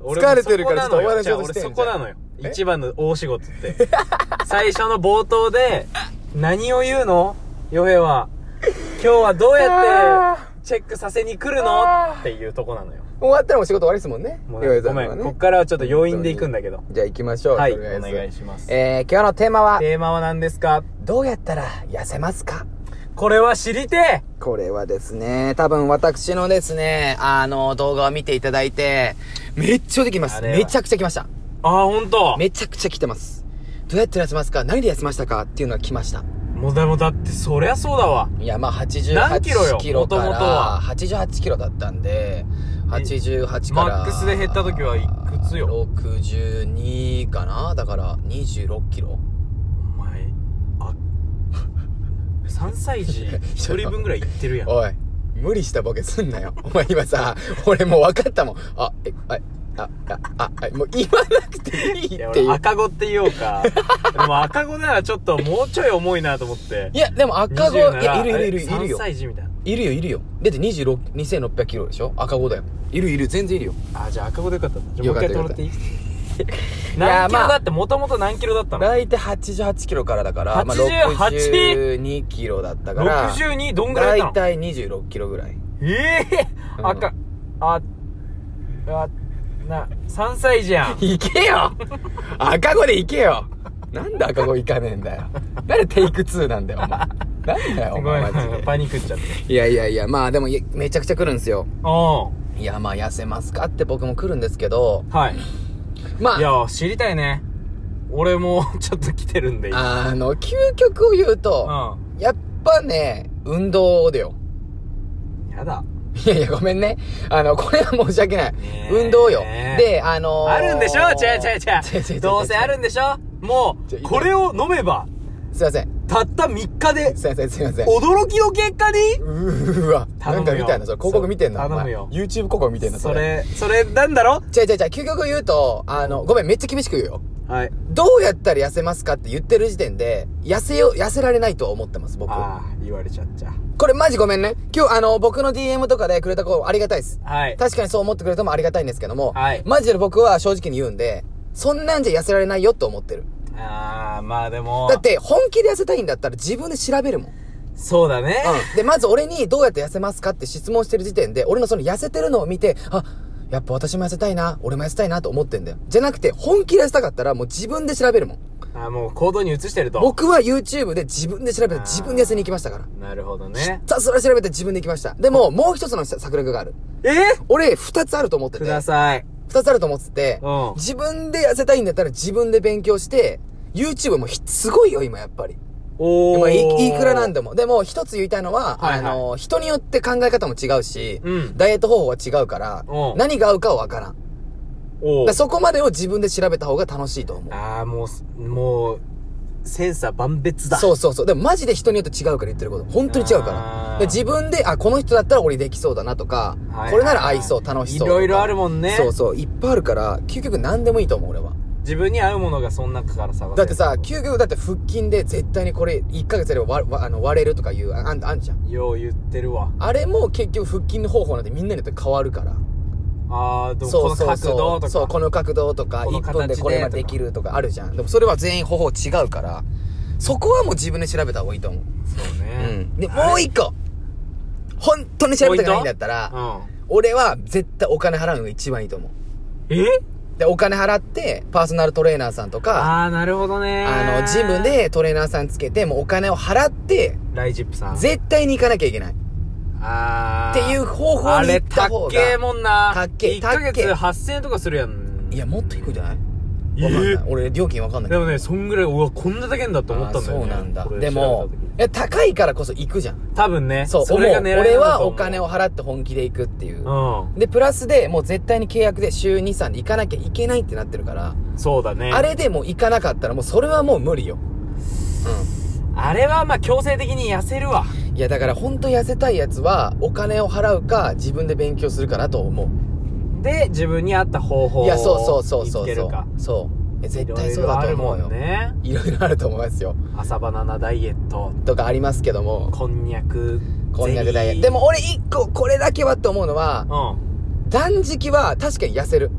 疲れてるからちょっと終わらせようとしてんじゃん。俺そこなのよ。え一番の大仕事って。最初の冒頭で、何を言うの洋平は。今日はどうやって、チェックさせに来るのあーっていうとこなのよ。終わったらもう仕事終わりですもんね。も岩井うさごんのめはん、ねこっからはちょっと要因でいくんだけど。じゃあ行きましょう。はいとりあえずお願いしますえー、今日のテーマは、テーマは何ですかどうやったら痩せますかこれは知りてえこれはですね、多分私のですね、あの、動画を見ていただいて、めっちゃ出てきまあす。れはめちゃくちゃ来ました。ああ、ほんとめちゃくちゃ来てます。どうやって痩せますか何で痩せましたかっていうのが来ました。もうだもうだってそりゃそうだわいや、まあ、88何キキロロよよか元々ら、は88キロだったんで、88から。マックスで減った時はいくつよ62かなだから、26キロ。お前あ3歳児1 人分ぐらいいってるやんおい、無理したボケすんなよ。 お前今さ、俺もう分かったもん。あ、え、あ、あ、あ、あ、もう言わなくていいいっやてい俺う。赤子って言お うかでも赤子ならちょっともうちょい重いなと思っていや、でも赤子、い20なや、らいるいるいる、いえるよ3。歳児みたいないるよ、いるよ。だって26、2600キロでしょ赤子だよ。いるいる、全然いるよ。あじゃあ赤子でよかったんだじゃあよもうか一った回 取っていいいや何キロまだあってもともと何キロだったの大体88キロからだから、まあ、 88 62キロだったから、 62どんぐらいだ大ったの体26キロぐらい。ええうん赤ああな3歳児やん行け よ赤子で行けよなんで赤子行かねえんだよ。なんでテイク2なんだよ、お前。なんだよ、おごめ前ん マジで。パニックっちゃっていやいやいや、まあでもいめちゃくちゃ来るんですよ。おいや、まあ痩せますかって僕も来るんですけど、はいまいあ、や知りたいね俺も ちょっと来てるんで今あの、究極を言うと、うやっぱね、運動だよ。んやだいやいや、ごめんね。あの、これは申し訳ないね。え運動よ。で、あのーあるんでしょ違う違違う違違違うどうせあるんでしょもちょうこれを飲めばすいません。たった3日ですいません、すいません。驚きの結果にうーわ。な頼むよんか見たいな、それ広告見てんの。そうお前頼むよ YouTube 広告見てんの、そ。れそれなんだろ違う違う違う、究極言うと、あの、ごめん、めっちゃ厳しく言うよ。はいどうやったら痩せますかって言ってる時点で、痩せよう、痩せられないとは思ってます、僕。ああ言われちゃっちゃこれマジごめんね。今日、あの、僕の DM とかでくれた子、ありがたいです。はい確かにそう思ってくれてもありがたいんですけども、はいマジで僕は正直に言うんで、そんなんじゃ痩せられないよと思ってる。ああまあでもだって、本気で痩せたいんだったら自分で調べるもん。そうだねうん。で、まず俺にどうやって痩せますかって質問してる時点で、俺のその痩せてるのを見て、あ、やっぱ私も痩せたいな、俺も痩せたいなと思ってんだよ。じゃなくて、本気で痩せたかったらもう自分で調べるもん。あーもう行動に移してると僕は YouTube で自分で調べてあー自分で痩せに行きましたから。なるほどねひたすら調べて自分で行きました。でも、もう一つの策略がある。え俺、二つあると思ってくて。ださい二つあると思ってて、うん自分で痩せたいんだったら自分で勉強して、YouTube もひすごいよ、今やっぱり。おまあ、いいくらなんでだも。でも、一つ言いたいのは、はいはいあの、人によって考え方も違うし、うんダイエット方法は違うからう、ん何が合うかはわからん。だかおーらそこまでを自分で調べた方が楽しいと思う。ああもうすもうセンサー万別だそうそうそう。でもマジで人によって違うから言ってること。本当に違うから。あーで自分で、あ、この人だったら俺できそうだなとか、はいはいこれなら合いそう、楽しそうとか。いろいろあるもんねそうそう。いっぱいあるから、究極何でもいいと思う、俺は。自分に合うものがその中から探せるだってさ、究極だって腹筋で絶対にこれ1ヶ月やればわわあの割れるとかいう、ああんあんじゃん。よう言ってるわあれも結局腹筋の方法なんてみんなによって変わるから。ああでもそこうのそうそ角度とう。かそう、この角度とか、この1分でこれまでで形でとかきるとかあるじゃん。でもそれは全員方法違うから、そこはもう自分で調べた方がいいと思う。そううねん。で、もう一個本当に調べたくないんだったうら、ん俺は絶対お金払うのが一番いいと思う。えで、お金払って、パーソナルトレーナーさんとか、ああなるほどねあの、ジムでトレーナーさんつけて、もうお金を払って、ライジップさん絶対に行かなきゃいけない。あっあていう方法あにれ行った高方っけえが。もんなたっけ1ヶたっけ月8000円とかするやんいや、もっと低いんじゃないえわかんない。俺、料金わかんないけでど。もねそんぐらいうわこんなだけんだと思ったんだよあーねそうなんだこれでも調べた時や高いからこそ行くじゃん。多分ね。そう、それが思狙いうなん俺だはとお思う金を払って本気で行くっていう。うで、プラスで、もう絶対に契約で週2、3で行かなきゃいけないってなってるから、ん。そうだね。あれでもう行かなかったらもうそれはもう無理よ。あれはまあ強制的に痩せるわ。うん。いや、だから本当痩せたいやつは、お金を払うか、自分で勉強するかなと思で、自分に合った方う。法をいや、そうそうそうそう見つけそるうか。。そう。え絶対いそうろいろだあとる思もうよん。ね。いろいろあると思いますよ。朝バナナダイエット、とかありますけども、こんにゃく、こんにゃくダイエッゼリト。ーでも、俺一個これだけはって思うのは、断食は確かに痩せる。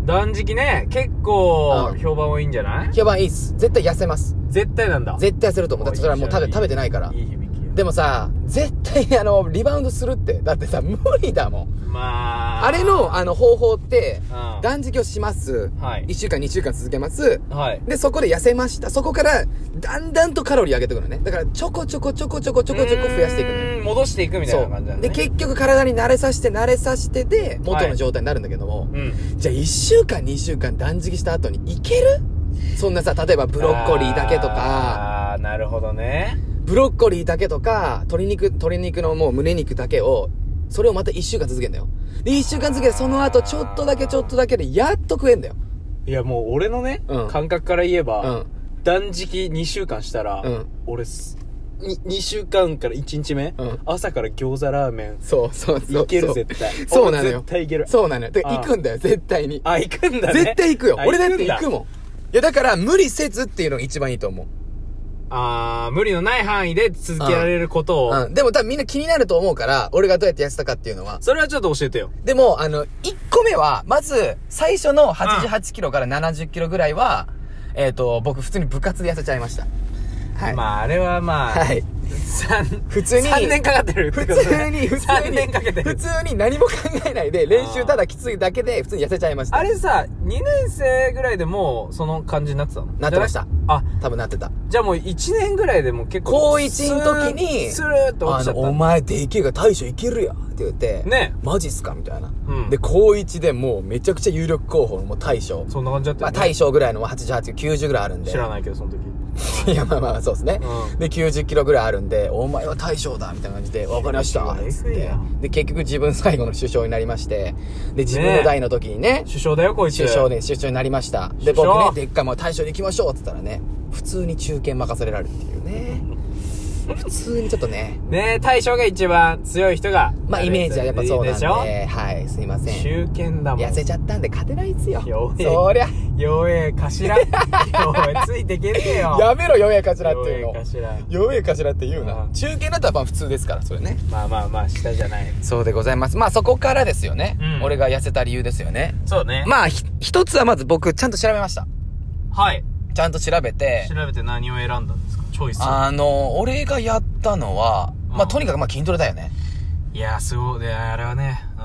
うん。断食ね、結構うん評判多いんじゃない評判いいっす。絶対痩せます。絶対なんだ。絶対痩せると思う。だってそれはもう食べ、食べてないから。いい響きや。でもさ、絶対あの、リバウンドするって。だってさ、無理だもん。まあ。あれの、あの、方法って、うん断食をします。はい1週間、2週間続けます。はい。で、そこで痩せました。そこから、だんだんとカロリー上げてくのね。だから、ちょこちょこちょこちょこちょこちょこ増やしていくのよ。うーん戻していくみたいな感じだそう。ね。で、結局体に慣れさせて、慣れさせてで、元の状態になるんだけども。うん。じゃあ1週間2週間断食した後にいけるそんなさ、例えばブロッコリーだけとか、あーなるほどねブロッコリーだけとか、鶏肉、鶏肉のもう胸肉だけを、それをまた1週間続けんだよ。で、1週間続けてその後ちょっとだけちょっとだけでやっと食えんだよ。いやもう俺のね、うん感覚から言えうば、ん。断食2週間したら、うん俺すに 2, 週間から1日目、うん朝から餃子ラーメンそうそうそうそう。いける絶対 そうなのよ。絶対いけるそうなのよ。てかあ行くんだよ、絶対に。あ行くんだね絶対行くよ。あ俺だって行くんだもん。いや、だから無理せずっていうのが一番いいと思う。あー無理のない範囲で続けられることを、うん。でも多分みんな気になると思うから、俺がどうやって痩せたかっていうのは、それはちょっと教えてよでも、あの、1個目は、まず、最初の88キロから70キロぐらいは、えっ、と、僕普通に部活で痩せちゃいました。はい。まああれはまあ、はい。三普通に3年かかってるって普こと通ね に、普通3に、年かけて普る通に何も考えないで、練習ただきついだけで、普通に痩せちゃいました。あれさ2年生ぐらいでもうその感じになってたのなってましたあ多分なってた。じゃあもう1年ぐらいでもう結構。高1の時にスルーって落あちちゃっの、たおんだ。前でけえが大将いけるやって言って、ねマジっすかみたいな。うんで、高1でもうめちゃくちゃ有力候補のもう大将。そんな感じだったまよあね。大将ぐらいの88キロ、90ぐらいあるんで。知らないけど、その時。 いや、まあまあ、そうですね。うんで、90キロぐらいあるんで、お前は大将だみたいな感じで、わかりました90つっえぐいてな。で、結局自分最後の首相になりまして、で、自分の代の時にね、首相だよ、こいつ。首相で、首相になりました。で、首僕相ね、でっかいもう大将に行きましょうって言ったらね、普通に中堅任されられるっていう ね。普通にちょっとね、ねえ、大将が一番強い人が。まあイメージはやっぱそうなんで、いいはい、すいませでしん。ょ中堅だもん。痩せちゃったんで勝てないっすよ。弱えそりゃ、弱え頭。 弱え、ついてけねえよ。やめろ、弱え頭って弱いうえの。頭。弱え頭って言うなう。ん中堅だったらまあ普通ですから、それね。まあまあまあ、下じゃない。そうでございます。まあそこからですよね。うん俺が痩せた理由ですよね。そうねまあひ一つはまず僕ちゃんと調べました。はい。ちゃんと調べて、調べて何を選んだんですかチョイスを。あの、俺がやったのは、まうあんとにかくまあ筋トレだよね。いやー、すごい。で、あれはね、うん。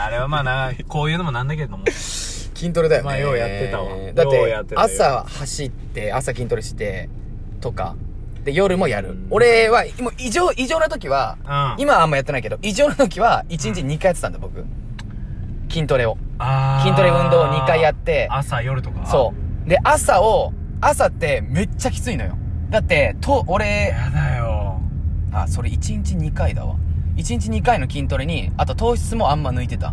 あれはまあな、こういうのもなんだけども。筋トレだよね。まあようやってたわだっようやっててたよ朝走って、朝筋トレして、とか。で、夜もやる。うん俺は、もう異常、異常な時は、うん今はあんまやってないけど、異常な時は1日2回やってたんだ僕。筋トレを。あー筋トレ運動を2回やって朝夜とかそう。で、朝を、朝ってめっちゃきついのよ。だって、と、俺、やだよあ、それ1日2回だわ。1日2回の筋トレに、あと糖質もあんま抜いてた。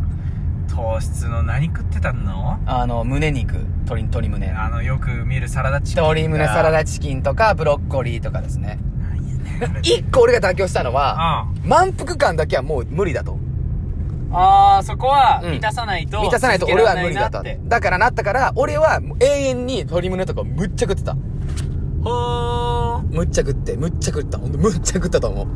糖質の何食ってたのあの、胸肉、鶏、鶏胸。あのよく見るサラダチキン鶏胸サラダダチキンとか、ブロッコリーとかですね。いいねこれ一個俺が妥協したのは、あ満腹感だけはもう無理だと。あーそこはうん満たさないと、満たさないと続俺けはられ無理だなとって。だからなったから、俺は永遠に鶏胸とかむっちゃ食ってた。ほーむっちゃ食って、むっちゃ食った。ほんとむっちゃ食ったと思う。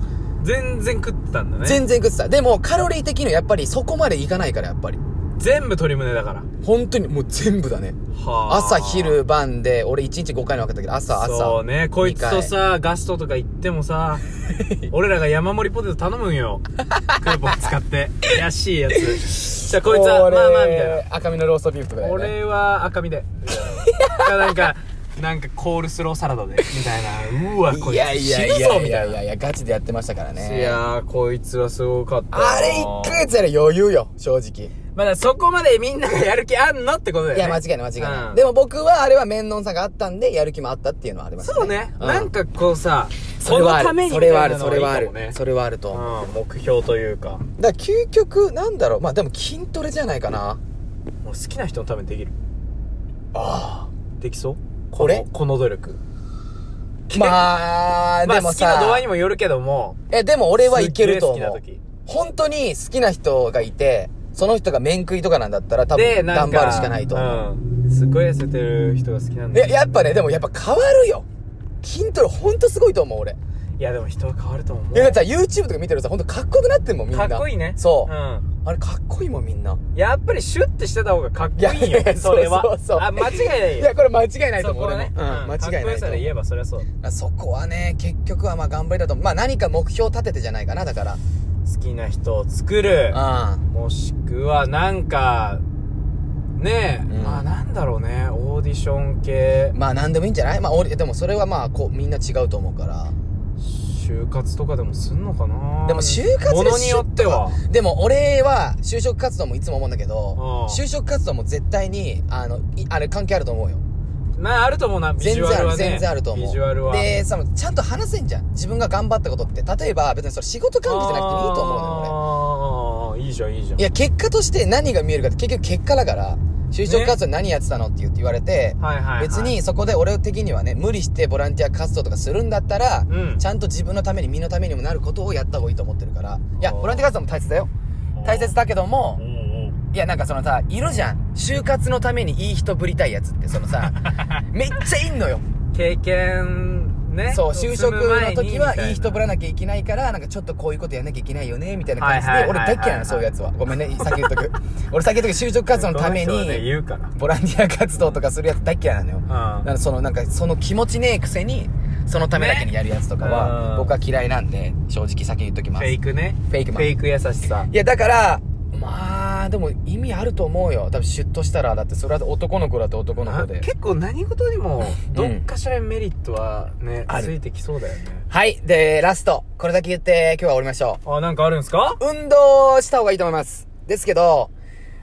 全然食ってたんだね全然食ってた。でも、カロリー的にはやっぱりそこまでいかないから、やっぱり。全部鶏胸だから本当にもう全部だね。はー朝、昼、晩で、俺1日5回に分けたけど、朝、朝。そうねこいつと二回。さガストとか行って もさ俺らが山盛りポテト頼むんよクーポン使って怪しいやつじゃあこいつは俺まあまあみたいな赤身のローストビーフとかだよね。俺は赤身でなんかなんかコールスローサラダでみたいなうわ こいいやつい死やぬいぞやみいたやいいなやいや、ガチでやってましたからね。いやーこいつはすごかったよあれ1ヶ月やら余裕よ、正直。まだそこまでみんながやる気あんのってことだよいね。や、間違いない、間違いない。うんでも僕は、あれは面倒さがあったんで、やる気もあったっていうのはありますね。そうね。うなんかこうさ、それはあこのためる。にそれはある、みそたいれなのはがあいいかるもね。それはあると思う。うん、目標というか、だから、究極、なんだろう。まあ、でも筋トレじゃないかな。もう好きな人のためにできる。あできそうこれのこの努力。あ。まあ、まあ、でも好きな度合いにさ、もよるけども、え、でも俺はいけるとすっげえ思好うきな。時本当に好きな人がいて、その人が面食いとかなんだったら、多で、分、な頑んか、張るしかないと思う。うん。すごい痩せてる人が好きなんだで、やっぱね、でもやっぱ変わるよ。筋トレほんとすごいと思う、俺。いや、でも人は変わると思う。いや、だってさ、YouTube とか見てるとさ、ほんとかっこよくなってんもん、みんかな。っこいいね。そう。ん。あれかっこいいもん、みんな。やっぱりシュッてしてた方がかっこいいよいや。それは。そうそうそうあ、間違いないいよ。や、これ間違いないとそ思う、こ俺はも。ね。うん、間違いかっこないよとさで思言えばそりゃそう。う。そこはね、結局はまあ頑張りだと思う。まあ何か目標立ててじゃないかな、だから。好きな人を作る。あもしくは、なんか、ねえ、うんまあなんだろうね、オーディション系あ。、まあ何でもいいんじゃないまあ俺、でもそれはまあこう、みんな違うと思うから。就活とかでもすんのかなでも就活でものによっては。でも俺は就職活動もいつも思うんだけどあ、あ就職活動も絶対に、あの、いあれ関係あると思うよ。まああると思うな、ビ全ジュア然あルる、はね。全然あると思う。ビジュアルは。で、その、ちゃんと話せんじゃん。自分が頑張ったことって。例えば、別にそれ仕事関係じゃなくてもいいと思うのよ、俺。よ、俺。いいじゃん、いいじゃん。いや、結果として何が見えるかって結局結果だから、就職活動何やってたのって言って言われて、はいはい、はい。別にそこで俺的にはね、無理してボランティア活動とかするんだったら、うんちゃんと自分のために身のためにもなることをやった方がいいと思ってるから。いや、あーボランティア活動も大切だよ。大切だけどもう、んうん。いや、なんかそのさ、いるじゃん。就活のためにいい人ぶりたいやつって、その さ、めっちゃいんのよ。経験ね。そう、就職の時はいい人ぶらンなきゃいけないから、なんかちょっとこういうことやんなきゃいけないよね、みたいな感じで、はいはいはいはい俺大っ嫌いなの、そういうやつは。ごめ んね、先言っとく。俺先言っとく、就職活動のためね、に、言うから。ボランティア活動とかするやつ大っ嫌いなのよ。だうかんらその、なんか、その気持ちねえくせに、そのためだけにやるやつとかねうは、ん僕は嫌いなんで、正直先言っときまフす。ェイフクね。ェイクフマン。ェイいク優しさ。や、だから、まあ、でも意味あると思うよ。多分シュッとしたら、だってそれは男の子だと男の子で。結構何事にも、どっかしらにメリットはね、あるついてきそうだよね。はい。で、ラスト。これだけ言って、今日は終わりましょあ、なんかあるんすかう。運動した方がいいと思います。ですけど、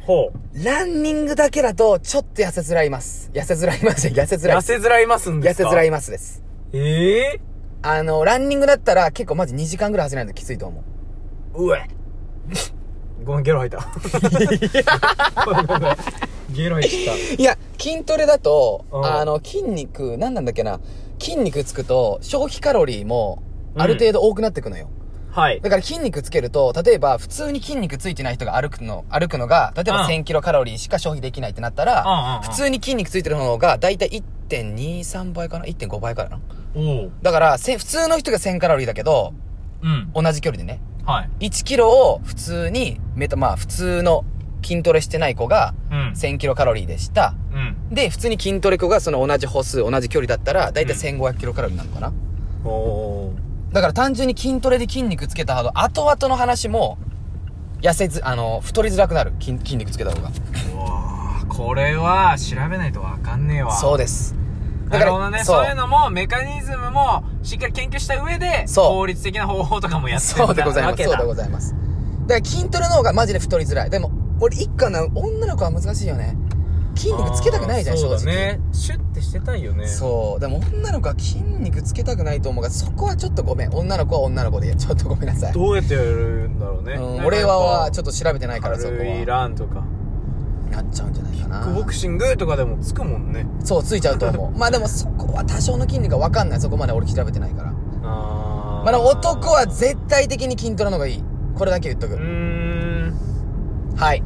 ほう。ランニングだけだと、ちょっと痩せづらいます。痩せづらいます。痩せづらい痩。せづらいますんで痩すせかづらい。ますです。ええあの、ランニングだったら、結構まず2時間ぐらい走らないときついと思う。うえ。ごめん、ゲロ吐いた。 ごめんごめんゲロ吐いた。いや、筋トレだと、うんあの、筋肉、なんなんだっけな、筋肉つくと、消費カロリーも、うんある程度多くなってくのよ。はい。だから筋肉つけると、例えば普通に筋肉ついてない人が歩くの、歩くのが、例えばうん1000キロカロリーしか消費できないってなったら、普通に筋肉ついてる方が、だいたい1.23倍かな ?1.5 倍かなおおだから、せ普通の人が1000カロリーだけど、うん。同じ距離でね。はい。 1キロを普通に、めた、まあ普通の筋トレしてない子がうん。 1000キロカロリーでした。うん。で、普通に筋トレ子がその同じ歩数、同じ距離だったら、だいたい1500キロカロリーなのかな、おおだから単純に筋トレで筋肉つけた方が、後々の話も、痩せず、あの、太りづらくなる。筋筋肉つけた方が。これは、調べないとわかんねえわ。そうです。だかなるらほどね。そうそういうのも、メカニズムも、しっかり研究した上で、そう効率的な方法とかもやってたそうでございわます。けそうだでございます。だから筋トレの方がマジで太りづらい。でも、俺一家の女の子は難しいよね。筋肉つけたくないじゃん、あー正直。そうだね。シュッてしてたいよね。そう。でも女の子は筋肉つけたくないと思うから、そこはちょっとごめん。女の子は女の子で、ちょっとごめんなさい。どうやってやるんだろうね。うん、俺は、ちょっと、と調べてないから、そこ軽いは。ランとか、なっちゃうんじゃないかキックボなク。シングとかでもつくもんね。そう、ついちゃうと思う。 まあでもそこは多少の筋肉はわかんない。そこまで俺調べてないから。あまあでも男は絶対的に筋トレの方がいい。これだけ言っとうーく。ん。はい。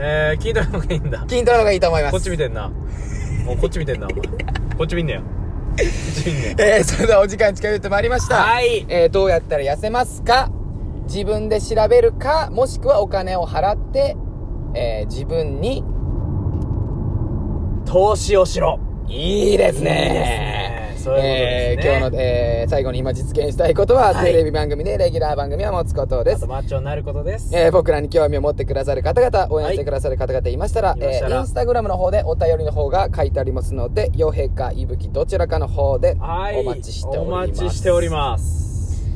えー、聞いたのがいいん だ。筋トレの方がいいと思います。こっち見てん な。おこっち見てんな、お前。こっち見んなよ。こっち見んなよ。えー、それではお時間近寄ってまいりました。 はいえー、どうやったら痩せますか自分で調べるか、もしくはお金を払って、えー、自分に、投資をしろ。いいですねね。そういうえことですねー今日の、えー、最後に今実現したいことは、はいテレビ番組でレギュラー番組は持つことであすと。マッチョになることです。えー僕らに興味を持ってくださる方々、応援してくださる方々いましたら、いましえたらー、インスタグラムの方でお便りの方が書いてありますので、洋平かいぶきどちらかの方ではい。お待ちしております。お待ちしております。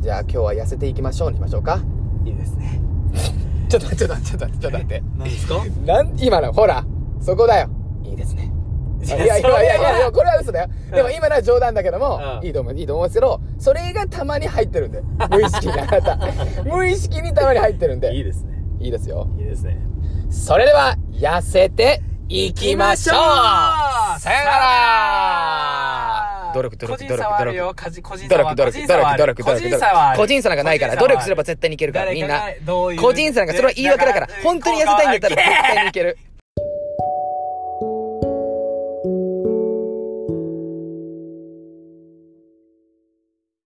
じゃあ今日は痩せていきましょうにしましょうか。いいですね。 ちょっと待って、ちょっと待って、ちょっと待って、ちょっと待って。何ですかなん、今の、ほら、そこだよ。いいですね。いやいやいやいやいや、これは嘘だよ。でも今のは冗談だけども、うんいいと思う、いいと思うんですけど、それがたまに入ってるんで。無意識にあな た。無意識にたまに入ってるんで。いい ですねいいですよ。いいですねそれでは、痩せて、いきましょうさよなら努力、努力、努力、個人差はあ努力るよ。個人個人努差力、は努力、努力、努力、個努力、努人差は力。ある個人差なんかないから、努力すれば絶絶対にいけるから、みんな誰かがどうい。う個人差なんかそれは言い訳だから誰か、が本当に痩せたいんだったら絶対にいける。